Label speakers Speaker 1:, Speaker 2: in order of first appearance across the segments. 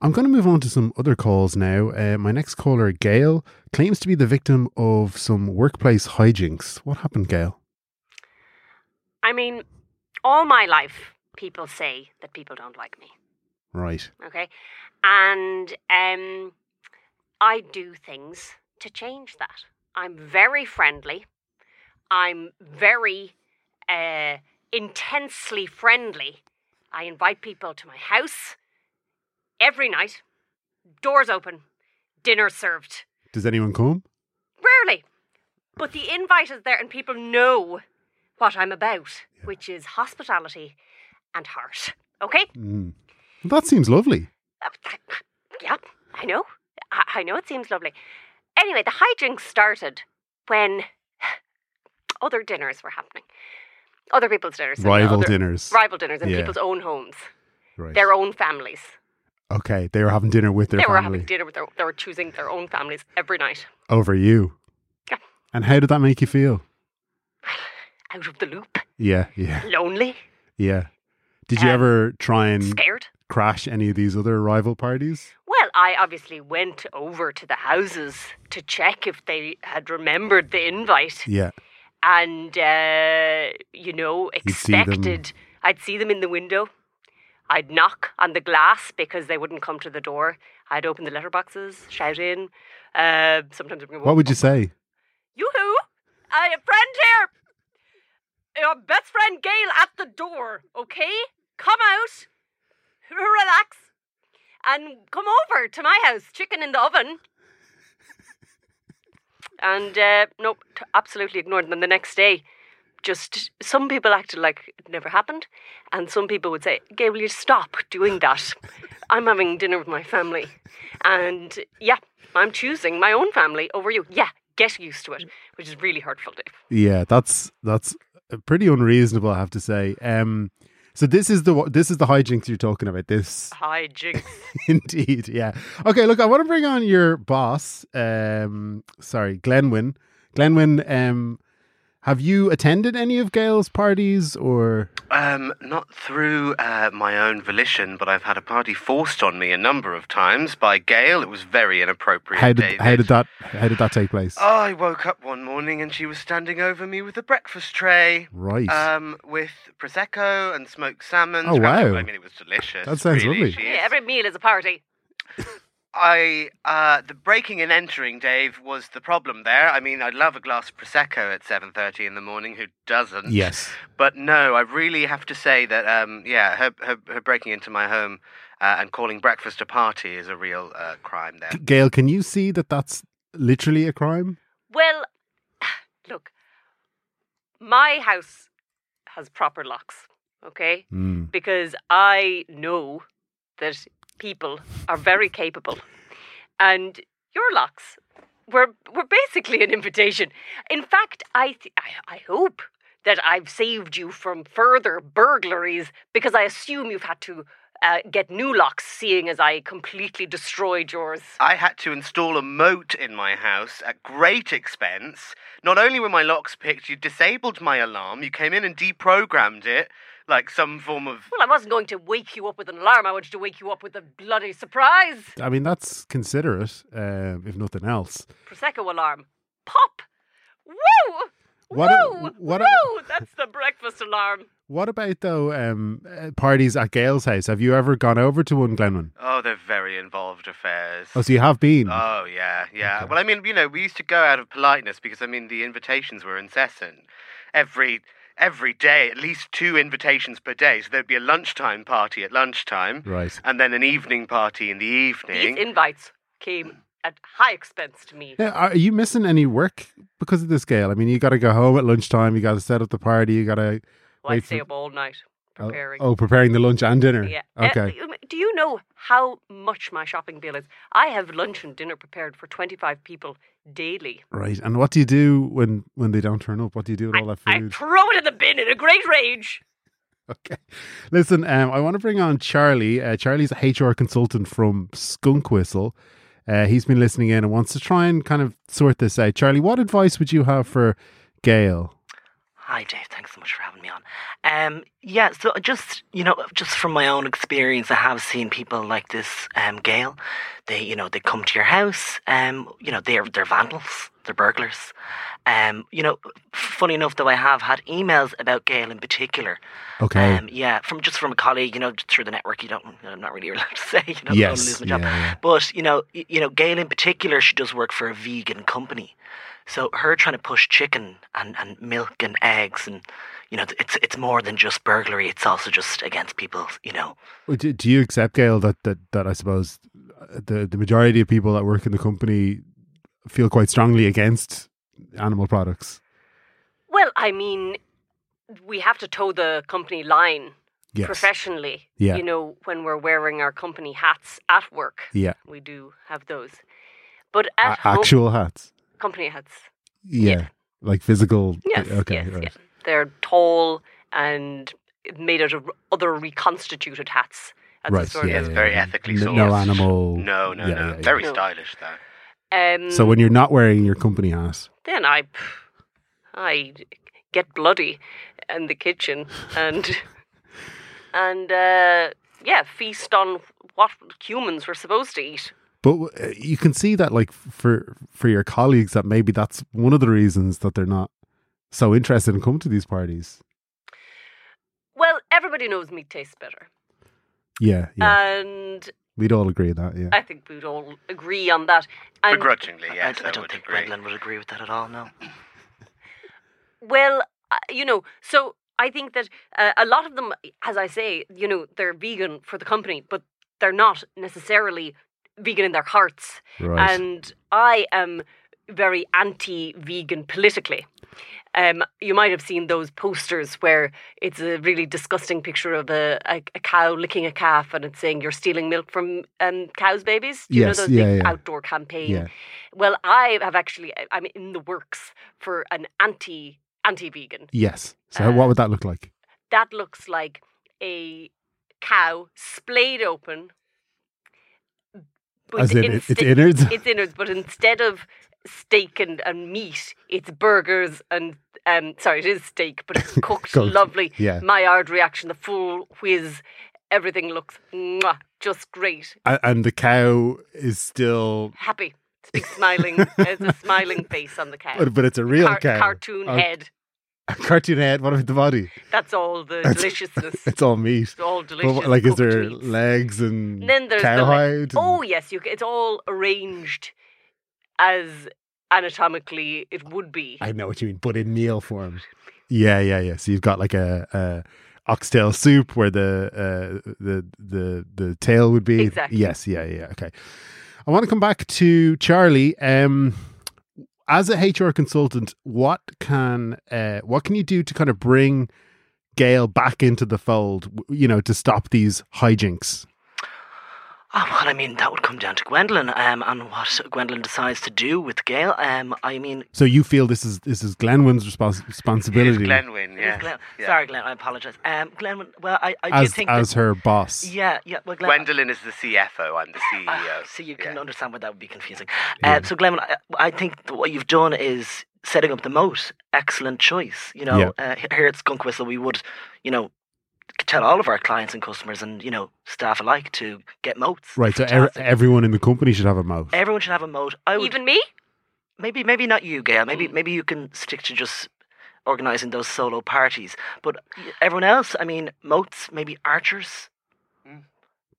Speaker 1: I'm going to move on to some other calls now. Uh, my next caller, Gail, claims to be the victim of some workplace hijinks. What happened, Gail?
Speaker 2: I mean, all my life, people say that people don't like me.
Speaker 1: Right.
Speaker 2: Okay. And um, I do things to change that. I'm very friendly. I'm very uh, intensely friendly. I invite people to my house every night. Doors open, dinner served.
Speaker 1: Does anyone come?
Speaker 2: Rarely. But the invite is there, and people know what I'm about, which is hospitality and heart. Okay?
Speaker 1: Mm. That seems lovely.
Speaker 2: Uh, that- Yeah, I know. I, I know it seems lovely. Anyway, the hijinks started when other dinners were happening. Other people's dinners. and
Speaker 1: Rival
Speaker 2: other-
Speaker 1: dinners.
Speaker 2: Rival dinners in
Speaker 1: Yeah.
Speaker 2: people's own homes,
Speaker 1: Right.
Speaker 2: their own families.
Speaker 1: okay, they were having dinner with their
Speaker 2: they were
Speaker 1: family
Speaker 2: having dinner with their, they were choosing their own families every night.
Speaker 1: over you.
Speaker 2: Yeah.
Speaker 1: And how did that make you feel?
Speaker 2: Out of the loop,
Speaker 1: Yeah, yeah,
Speaker 2: lonely,
Speaker 1: yeah. Did you
Speaker 2: Um,
Speaker 1: ever try and
Speaker 2: scared.
Speaker 1: crash any of these other rival parties?
Speaker 2: Well, I obviously went over to the houses to check if they had remembered the invite.
Speaker 1: Yeah.
Speaker 2: and uh, you know
Speaker 1: see them.
Speaker 2: expected i'd see them in the window i'd knock on the glass because they wouldn't come to the door i'd open the letterboxes shout in uh, sometimes
Speaker 1: What would you say?
Speaker 2: yoo-hoo i a friend here your best friend gail at the door okay come out relax and come over to my house chicken in the oven and uh, nope, t- absolutely ignored them the next day. Just some people acted like it never happened, and some people would say, "Gay, will you stop doing that? I'm having dinner with my family, and yeah, I'm choosing my own family over you. Yeah, get used to it," which is really hurtful, Dave.
Speaker 1: Yeah, that's that's uh, pretty unreasonable, I have to say. Um, so this is the wa- this is the hijinks you're talking about. This
Speaker 2: Hi, Jinx.
Speaker 1: Indeed, yeah. Okay, look, I want to bring on your boss. Um, sorry, Glenwyn. Glenwyn, um, have you attended any of Gail's parties or?
Speaker 3: Um, not through uh, my own volition, but I've had a party forced on me a number of times by Gail. It was very inappropriate.
Speaker 1: How did
Speaker 3: David. Oh,
Speaker 1: how did that how did that take place?
Speaker 3: I woke up one morning and she was standing over me with a breakfast tray.
Speaker 1: right.
Speaker 3: Um, with prosecco and smoked salmon.
Speaker 1: Oh, wow.
Speaker 3: I mean, it was delicious.
Speaker 1: That sounds
Speaker 3: really.
Speaker 1: lovely.
Speaker 3: She
Speaker 2: yeah,
Speaker 3: is-
Speaker 2: every meal is a party.
Speaker 3: I uh, the breaking and entering, Dave, was the problem there. I mean, I'd love a glass of prosecco at seven thirty in the morning. Who doesn't?
Speaker 1: yes.
Speaker 3: But no, I really have to say that um, yeah, her, her her breaking into my home uh, and calling breakfast a party is a real uh, crime there.
Speaker 1: Gail, can you see that that's literally a crime?
Speaker 2: Well, look, my house has proper locks. Okay,
Speaker 1: Mm.
Speaker 2: because I know that people are very capable, and your locks were were basically an invitation. In fact, I th- I, I hope that I've saved you from further burglaries because I assume you've had to. Uh, get new locks, seeing as I completely destroyed yours.
Speaker 3: I had to install a moat in my house at great expense. Not only were my locks picked, you disabled my alarm. You came in and deprogrammed it like some form of
Speaker 2: Well, I wasn't going to wake you up with an alarm. I wanted to wake you up with a bloody surprise
Speaker 1: I mean, that's considerate, uh, if nothing else.
Speaker 2: prosecco alarm. Pop, woo,
Speaker 1: What a-
Speaker 2: woo,
Speaker 1: what a-
Speaker 2: woo. That's the breakfast alarm.
Speaker 1: What about though um, uh, parties at Gail's house? Have you ever gone over to one, Glenwyn?
Speaker 3: oh, they're very involved affairs.
Speaker 1: Oh, so you have been.
Speaker 3: Oh yeah, yeah.
Speaker 1: Okay.
Speaker 3: Well, I mean, you know, we used to go out of politeness because I mean the invitations were incessant. Every every day, at least two invitations per day. So there'd be a lunchtime party at lunchtime,
Speaker 1: right.
Speaker 3: and then an evening party in the evening.
Speaker 2: These invites came at high expense to me.
Speaker 1: Yeah, are you missing any work because of this, Gail? I mean, you got to go home at lunchtime. You got to set up the party. You got to
Speaker 2: Well, I
Speaker 1: wait
Speaker 2: stay
Speaker 1: for-
Speaker 2: up all night preparing.
Speaker 1: Oh, preparing the lunch and dinner.
Speaker 2: Yeah. Uh,
Speaker 1: Okay.
Speaker 2: do you know how much my shopping bill is? I have lunch and dinner prepared for 25 people daily.
Speaker 1: right. And what do you do when when they don't turn up? What do you do with all that
Speaker 2: I
Speaker 1: food?
Speaker 2: throw it in the bin in a great rage.
Speaker 1: okay. Listen, um, I want to bring on Charlie. Uh, Charlie's a HR consultant from Skunk Whistle. Uh, he's been listening in and wants to try and kind of sort this out. Charlie, what advice would you have for Gail?
Speaker 4: Hi, Dave. Thanks so much for having me on. Um, yeah, so just you know, just from my own experience, I have seen people like this, um, Gail. They, you know, they come to your house. Um, you know, they're they're vandals, they're burglars. Um, you know, funny enough though, I have had emails about Gail in particular.
Speaker 1: Okay.
Speaker 4: Um, yeah, from just from a colleague, you know, just through the network. You don't, I'm not really allowed to say. You know, I don't
Speaker 1: yes.
Speaker 4: lose my
Speaker 1: Yeah,
Speaker 4: job.
Speaker 1: yeah.
Speaker 4: But you know, y- you know, Gail in particular, she does work for a vegan company, so her trying to push chicken and, and milk and eggs and you know, it's it's more than just burglary. It's also just against people. You know,
Speaker 1: Well, Do, do you accept, Gail, that, that, that I suppose uh, the, the majority of people that work in the company feel quite strongly against animal products?
Speaker 2: Well, I mean, we have to toe the company line
Speaker 1: Yes.
Speaker 2: professionally.
Speaker 1: Yeah.
Speaker 2: You know, when we're wearing our company hats at work,
Speaker 1: Yeah.
Speaker 2: we do have those. But
Speaker 1: A-
Speaker 2: at home,
Speaker 1: actual hats.
Speaker 2: company hats.
Speaker 1: Yeah. Like physical.
Speaker 2: Yes.
Speaker 1: Okay.
Speaker 2: yes,
Speaker 1: right.
Speaker 2: yeah. They're tall and made out of other reconstituted hats. That's
Speaker 1: Right,
Speaker 2: the sort
Speaker 1: yeah,
Speaker 2: of,
Speaker 3: Yes, very ethically
Speaker 1: N-
Speaker 3: sourced.
Speaker 1: No animal.
Speaker 3: No, no,
Speaker 1: Oh, yeah,
Speaker 3: no.
Speaker 1: yeah, yeah.
Speaker 3: Very
Speaker 2: No.
Speaker 3: stylish, though.
Speaker 2: um,
Speaker 1: So when you're not wearing your company hat,
Speaker 2: then I, I get bloody in the kitchen and and uh, yeah, feast on what humans were supposed to eat.
Speaker 1: but uh, you can see that like for for your colleagues that maybe that's one of the reasons that they're not so interested in coming to these parties.
Speaker 2: Well, everybody knows meat tastes better,
Speaker 1: Yeah,
Speaker 2: Uh,
Speaker 1: yeah.
Speaker 2: and
Speaker 1: We'd all agree that. Yeah.
Speaker 2: I think we'd all agree on that. And
Speaker 3: Begrudgingly,
Speaker 4: I-
Speaker 3: yes,
Speaker 4: I,
Speaker 3: I,
Speaker 4: I don't
Speaker 3: would
Speaker 4: think
Speaker 3: agree.
Speaker 4: Gwendolyn would agree with that at all. No.
Speaker 2: Well, uh, you know, so I think that uh, a lot of them, as I say, you know, they're vegan for the company, but they're not necessarily vegan in their hearts.
Speaker 1: right.
Speaker 2: And I am very anti vegan politically. Um, you might have seen those posters where it's a really disgusting picture of a, a, a cow licking a calf and it's saying, You're stealing milk from um, cows' babies. Do you
Speaker 1: Yes,
Speaker 2: know those
Speaker 1: yeah,
Speaker 2: big
Speaker 1: yeah.
Speaker 2: outdoor campaign?
Speaker 1: Yeah.
Speaker 2: Well, I have actually, I'm in the works for an anti anti vegan.
Speaker 1: Yes. So what would that look like?
Speaker 2: That looks like a cow splayed open. with
Speaker 1: As in, it, it's
Speaker 2: insti-
Speaker 1: innards.
Speaker 2: it's innards, but instead of steak and, and meat, it's burgers and um sorry, it is steak, but it's cooked,
Speaker 1: Cooked.
Speaker 2: lovely.
Speaker 1: Yeah.
Speaker 2: Maillard reaction, the full whiz, everything looks mwah, just great.
Speaker 1: A- and the cow is still,
Speaker 2: Happy. It's big smiling. There's a smiling face on the cow.
Speaker 1: but, but it's a real
Speaker 2: Car-
Speaker 1: cow.
Speaker 2: Cartoon
Speaker 1: Oh.
Speaker 2: head.
Speaker 1: A cartoon head. What about the body?
Speaker 2: That's all the
Speaker 1: That's-
Speaker 2: deliciousness.
Speaker 1: It's all meat.
Speaker 2: It's all
Speaker 1: But
Speaker 2: delicious.
Speaker 1: what- like, is
Speaker 2: cooked
Speaker 1: there
Speaker 2: meats.
Speaker 1: legs and
Speaker 2: And then there's the leg-
Speaker 1: cowhide? and-
Speaker 2: Oh yes, you, c- it's all arranged as anatomically it would be.
Speaker 1: I know what you mean, but in meal form. Yeah, yeah, yeah. So you've got like a, a oxtail soup where the uh, the the the tail would be.
Speaker 2: Exactly.
Speaker 1: Yes, yeah, yeah. Okay. I want to come back to Charlie. Um, as a HR consultant, what can uh, what can you do to kind of bring Gail back into the fold? w- You know, to stop these hijinks.
Speaker 4: Oh, well, I mean, that would come down to Gwendolyn um, and what Gwendolyn decides to do with Gail. Um, I mean,
Speaker 1: So you feel this is this is Glenwyn's respons-
Speaker 3: It's
Speaker 1: responsibility
Speaker 3: Glenwyn,
Speaker 4: it is
Speaker 3: yeah.
Speaker 4: Glen-
Speaker 3: yeah.
Speaker 4: sorry, Glenn, I apologise. Um, Glenn, well, I, I do
Speaker 1: as
Speaker 4: think
Speaker 1: as
Speaker 4: that,
Speaker 1: her boss.
Speaker 4: Yeah, yeah. Well, Glenn,
Speaker 3: Gwendolyn is the CFO. I'm the E
Speaker 4: Ah,
Speaker 3: CEO.
Speaker 4: so you
Speaker 3: Yeah.
Speaker 4: can understand why that would be confusing.
Speaker 1: uh, Yeah.
Speaker 4: Uh, so, Glenn, I, I think that what you've done is setting up the moat. Excellent choice. You know,
Speaker 1: Yeah.
Speaker 4: uh, he- here at Skunk Whistle, we would, you know, tell all of our clients and customers and you know staff alike to get moats.
Speaker 1: Right. So er-
Speaker 4: Fantastic.
Speaker 1: everyone in the company should have a mouth.
Speaker 4: everyone should have a moat. I would
Speaker 2: Even me?
Speaker 4: maybe maybe not you, Gail. Maybe maybe you can stick to just organising those solo parties. But everyone else, I mean, moats, maybe archers.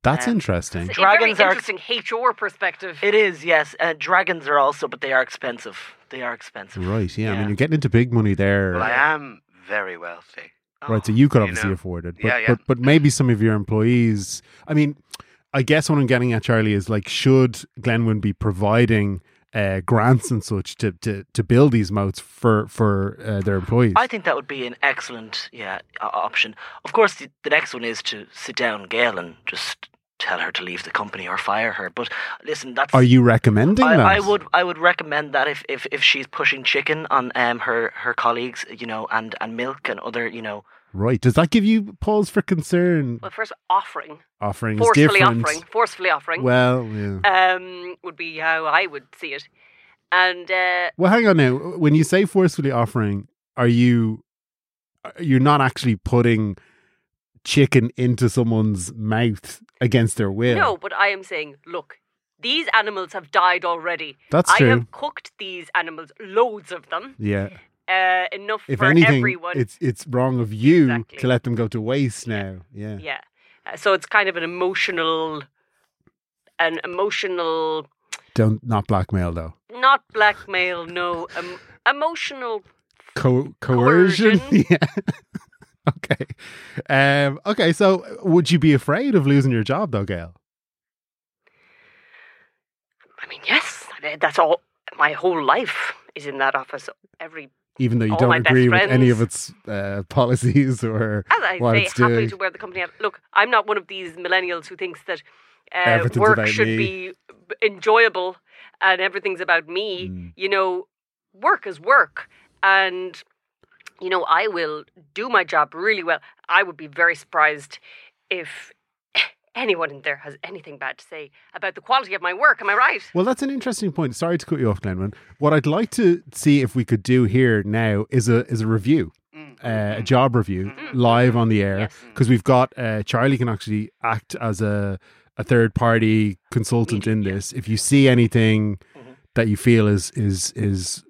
Speaker 1: That's
Speaker 4: Um,
Speaker 1: interesting.
Speaker 2: It's
Speaker 4: Dragons
Speaker 2: a
Speaker 4: are-
Speaker 2: very interesting HR perspective.
Speaker 4: It is yes. Uh, dragons are also, but they are expensive. They are expensive.
Speaker 1: Right. Yeah. I mean,
Speaker 4: Yeah.
Speaker 1: you're getting into big money there.
Speaker 3: Well, I am very wealthy.
Speaker 1: Right. So you could
Speaker 3: You
Speaker 1: obviously
Speaker 3: know.
Speaker 1: afford it. But,
Speaker 3: Yeah, yeah.
Speaker 1: but, but maybe some of your employees, I mean, I guess what I'm getting at, Charlie, is like, should Glenwyn be providing uh, grants and such to, to, to build these moats for, for uh, their employees?
Speaker 4: I think that would be an excellent yeah o- option. Of course, the, the next one is to sit down Gail and just tell her to leave the company or fire her. But listen, that's
Speaker 1: Are you recommending that?
Speaker 4: I, I would I would recommend that if, if, if she's pushing chicken on um her, her colleagues, you know, and, and milk and other, you know,
Speaker 1: Right. Does that give you pause for concern?
Speaker 2: Well, first offering,
Speaker 1: Offering is
Speaker 2: forcefully
Speaker 1: different.
Speaker 2: offering, forcefully offering,
Speaker 1: Well, yeah.
Speaker 2: um, would be how I would see it. And uh,
Speaker 1: Well, hang on now. When you say forcefully offering, are you you're not actually putting chicken into someone's mouth against their will.
Speaker 2: No, but I am saying, look, these animals have died already.
Speaker 1: That's
Speaker 2: I
Speaker 1: true.
Speaker 2: have cooked these animals, loads of them,
Speaker 1: Yeah.
Speaker 2: uh, enough
Speaker 1: If
Speaker 2: for
Speaker 1: anything,
Speaker 2: everyone.
Speaker 1: it's it's wrong of you
Speaker 2: Exactly.
Speaker 1: to let them go to waste now. Yeah.
Speaker 2: yeah, Uh, so it's kind of an emotional, an emotional,
Speaker 1: Don't not blackmail though.
Speaker 2: not blackmail, no, um, emotional.
Speaker 1: Co- coercion.
Speaker 2: Coercion.
Speaker 1: yeah. okay. Um, okay. So, would you be afraid of losing your job though, Gail?
Speaker 2: I mean, yes, that's all. My whole life is in that office. Every
Speaker 1: Even though you
Speaker 2: All
Speaker 1: don't
Speaker 2: my best
Speaker 1: agree with any of its uh, policies or
Speaker 2: As I
Speaker 1: What
Speaker 2: say,
Speaker 1: it's
Speaker 2: happily
Speaker 1: doing.
Speaker 2: to wear the company out. Look, I'm not one of these millennials who thinks that uh,
Speaker 1: Everything's
Speaker 2: work
Speaker 1: about
Speaker 2: should
Speaker 1: me.
Speaker 2: be b- enjoyable and everything's about me.
Speaker 1: Mm.
Speaker 2: You know, work is work. And, you know, I will do my job really well. I would be very surprised if anyone in there has anything bad to say about the quality of my work. Am I right?
Speaker 1: Well, that's an interesting point. Sorry to cut you off, Glenman. What I'd like to see if we could do here now is a is a review,
Speaker 3: Mm.
Speaker 1: uh, a job review, live on the air,
Speaker 2: Yes.
Speaker 1: because we've got uh, Charlie can actually act as a a third party consultant in this. If you see anything
Speaker 3: Mm-hmm.
Speaker 1: that you feel is is is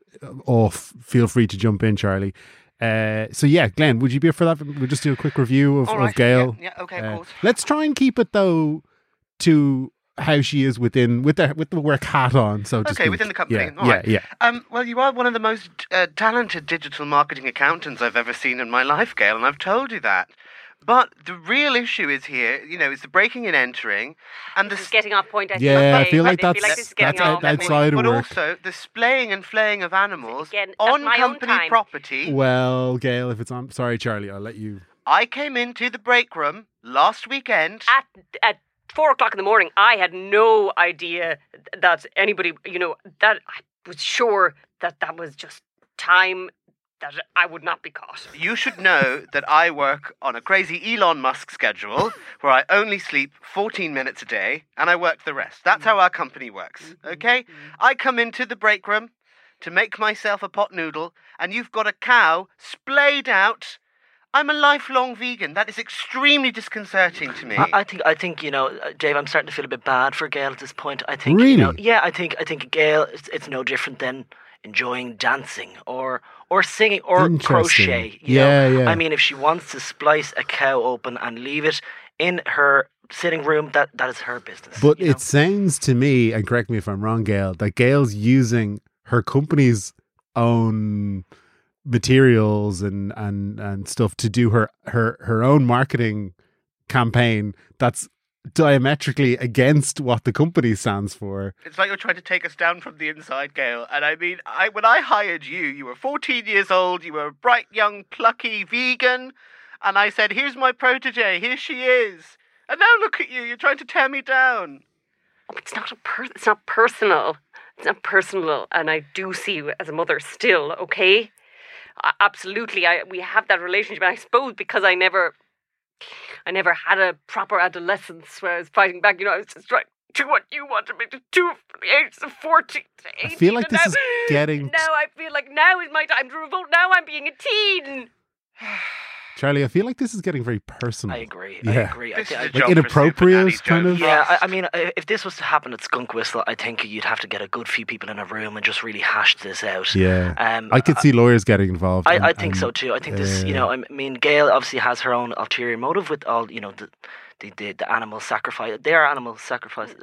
Speaker 1: off, feel free to jump in, Charlie. Uh, so yeah, Glenn, would you be up for that? We'll just do a quick review of,
Speaker 3: All
Speaker 1: of
Speaker 3: right,
Speaker 1: Gail.
Speaker 3: Yeah, yeah, okay,
Speaker 1: Uh,
Speaker 3: of course.
Speaker 1: Let's try and keep it though to how she is within with the with the work hat on. So to
Speaker 3: Okay,
Speaker 1: speak.
Speaker 3: within the company,
Speaker 1: Yeah,
Speaker 3: all
Speaker 1: yeah,
Speaker 3: right.
Speaker 1: yeah.
Speaker 3: Um, well, you are one of the most uh, talented digital marketing accountants I've ever seen in my life, Gail, and I've told you that. But the real issue is here, you know, is the breaking and entering, and the
Speaker 2: This is getting off point. I think.
Speaker 1: Yeah, I
Speaker 2: They-
Speaker 1: feel like
Speaker 2: they
Speaker 1: that's
Speaker 2: this is getting
Speaker 1: that's out,
Speaker 2: off point.
Speaker 1: outside of
Speaker 3: but
Speaker 1: work.
Speaker 3: also the splaying and flaying of animals
Speaker 2: Again, at
Speaker 3: on
Speaker 2: my own
Speaker 3: company
Speaker 2: time.
Speaker 3: property.
Speaker 1: Well, Gail, if it's on, sorry, Charlie, I'll let you.
Speaker 3: I came into the break room last weekend.
Speaker 2: at at four o'clock in the morning, I had no idea that anybody, you know, that I was sure that that was just time that I would not be caught.
Speaker 3: You should know that I work on a crazy Elon Musk schedule where I only sleep 14 minutes a day and I work the rest. That's how our company works,
Speaker 4: Mm-hmm.
Speaker 3: okay? I come into the break room to make myself a pot noodle and you've got a cow splayed out. I'm a lifelong vegan. That is extremely disconcerting to me.
Speaker 4: I, I think I think you know, uh, Dave. I'm starting to feel a bit bad for Gail at this point. I think you know,
Speaker 1: Really?
Speaker 4: yeah, I think I think Gail. It's, it's no different than enjoying dancing or or singing or
Speaker 1: Interesting.
Speaker 4: crochet. You
Speaker 1: Yeah,
Speaker 4: know?
Speaker 1: yeah.
Speaker 4: I mean, if she wants to splice a cow open and leave it in her sitting room, that that is her business.
Speaker 1: But
Speaker 4: you know?
Speaker 1: it sounds to me, and correct me if I'm wrong, Gail, that Gail's using her company's own materials and and and stuff to do her her her own marketing campaign. That's diametrically against what the company stands for.
Speaker 3: It's like you're trying to take us down from the inside, Gail. And I mean, I when I hired you, you were 14 years old, you were a bright young plucky vegan, and I said, "Here's my protege. Here she is." And now look at you. You're trying to tear me down.
Speaker 2: Oh, it's not a per- it's not personal. It's not personal, and I do see you as a mother still. Okay, I, absolutely. I we have that relationship, and I suppose because I never, I never had a proper adolescence where I was fighting back. You know, I was just trying. To what you wanted me to do from the ages of 14 to 18.
Speaker 1: I feel like
Speaker 2: and
Speaker 1: this is
Speaker 2: now-
Speaker 1: getting
Speaker 2: Now I feel like now is my time to revolt. Now I'm being a teen.
Speaker 1: Charlie. I feel like this is getting very personal.
Speaker 4: I agree. I
Speaker 1: Yeah.
Speaker 4: agree. I,
Speaker 3: This
Speaker 4: thi-
Speaker 3: is
Speaker 4: I
Speaker 3: a
Speaker 1: Like
Speaker 3: job for
Speaker 1: inappropriate
Speaker 3: Supernanny
Speaker 1: kind
Speaker 3: Joe
Speaker 1: of-
Speaker 4: Yeah,
Speaker 3: Frost.
Speaker 4: I, I mean, i- if this was to happen at Skunk Whistle, I think you'd have to get a good few people in a room and just really hash this out.
Speaker 1: Yeah,
Speaker 4: Um,
Speaker 1: I could see lawyers getting involved.
Speaker 4: I,
Speaker 1: and-
Speaker 4: I think
Speaker 1: and-
Speaker 4: so too. I think this, you
Speaker 1: uh,
Speaker 4: know, I mean, Gail obviously has her own ulterior motive with all, you know, the the, the, the animal sacrifice. They are animal sacrifice.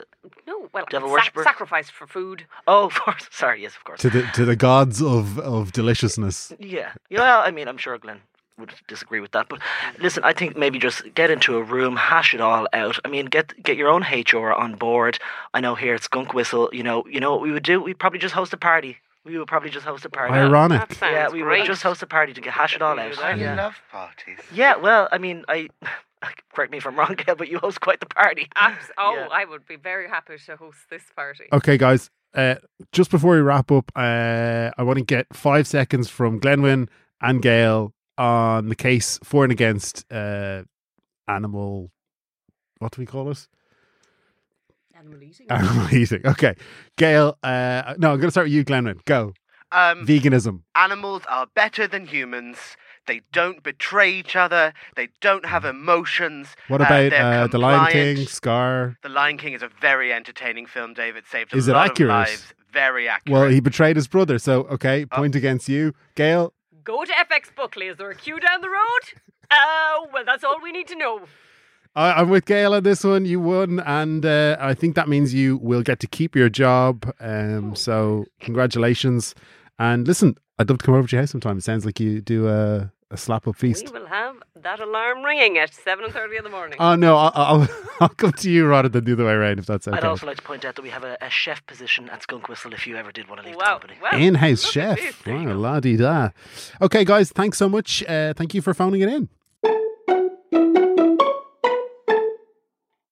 Speaker 2: No, well,
Speaker 4: Devil
Speaker 2: sac-
Speaker 4: worshipper.
Speaker 2: sacrificed for food.
Speaker 4: Oh, of course. Sorry. Yes, of course.
Speaker 1: To the to the gods of of deliciousness.
Speaker 4: Yeah. Yeah. Well, I mean, I'm sure Glenn would disagree with that, but listen, I think maybe just get into a room, hash it all out. I mean, get get your own HR on board. I know here at Skunk Whistle, you know, you know what we would do? We'd probably just host a party. We would probably just host a party.
Speaker 2: That
Speaker 1: Ironic.
Speaker 2: sounds
Speaker 4: yeah, we
Speaker 2: great.
Speaker 4: would just host a party to get hash it all out.
Speaker 3: I
Speaker 4: Yeah.
Speaker 3: love parties.
Speaker 4: Yeah, well, I mean, I correct me if I'm wrong, Gail, but you host quite the party.
Speaker 2: Abs- oh,
Speaker 4: Yeah.
Speaker 2: I would be very happy to host this party.
Speaker 1: Okay, guys. Uh, just before we wrap up, uh, I want to get five seconds from Glenwyn and Gail on the case for and against uh, animal. What do we call it?
Speaker 2: Animal eating.
Speaker 1: Animal eating. Okay, Gail. Uh,
Speaker 4: Mm.
Speaker 1: no, I'm going to start with you, Glenwyn. Go
Speaker 3: Um,
Speaker 1: veganism.
Speaker 3: animals are better than humans. They don't betray each other. They don't have emotions.
Speaker 1: Hmm. What
Speaker 3: Uh,
Speaker 1: about
Speaker 3: they're
Speaker 1: uh, The Lion
Speaker 3: compliant.
Speaker 1: King, Scar?
Speaker 3: The Lion King is a very entertaining film, David. Saved a
Speaker 1: Is it
Speaker 3: lot
Speaker 1: accurate?
Speaker 3: of lives. Very accurate.
Speaker 1: Well, he betrayed his brother, so okay,
Speaker 4: Oh.
Speaker 1: point against you. Gail,
Speaker 2: Go to FX Buckley. Is there a queue down the road? Oh, well, that's all we need to know.
Speaker 1: I, I'm with Gail on this one. You won, and uh, I think that means you will get to keep your job. Um, so, congratulations. And listen, I'd love to come over to your house sometime. It sounds like you do a, a slap up feast.
Speaker 2: We will have that alarm ringing at 7.30 in the morning.
Speaker 1: Oh no, I'll, I'll I'll come to you rather than the other way around if that's
Speaker 4: I'd
Speaker 1: okay.
Speaker 4: also like to point out that we have a, a chef position at Skunk Whistle if you ever did want to leave the
Speaker 2: wow.
Speaker 4: company.
Speaker 2: wow.
Speaker 1: In-house
Speaker 2: Look at this.
Speaker 1: chef, wow, la di da. Okay, guys, thanks so much. Uh, thank you for phoning it in.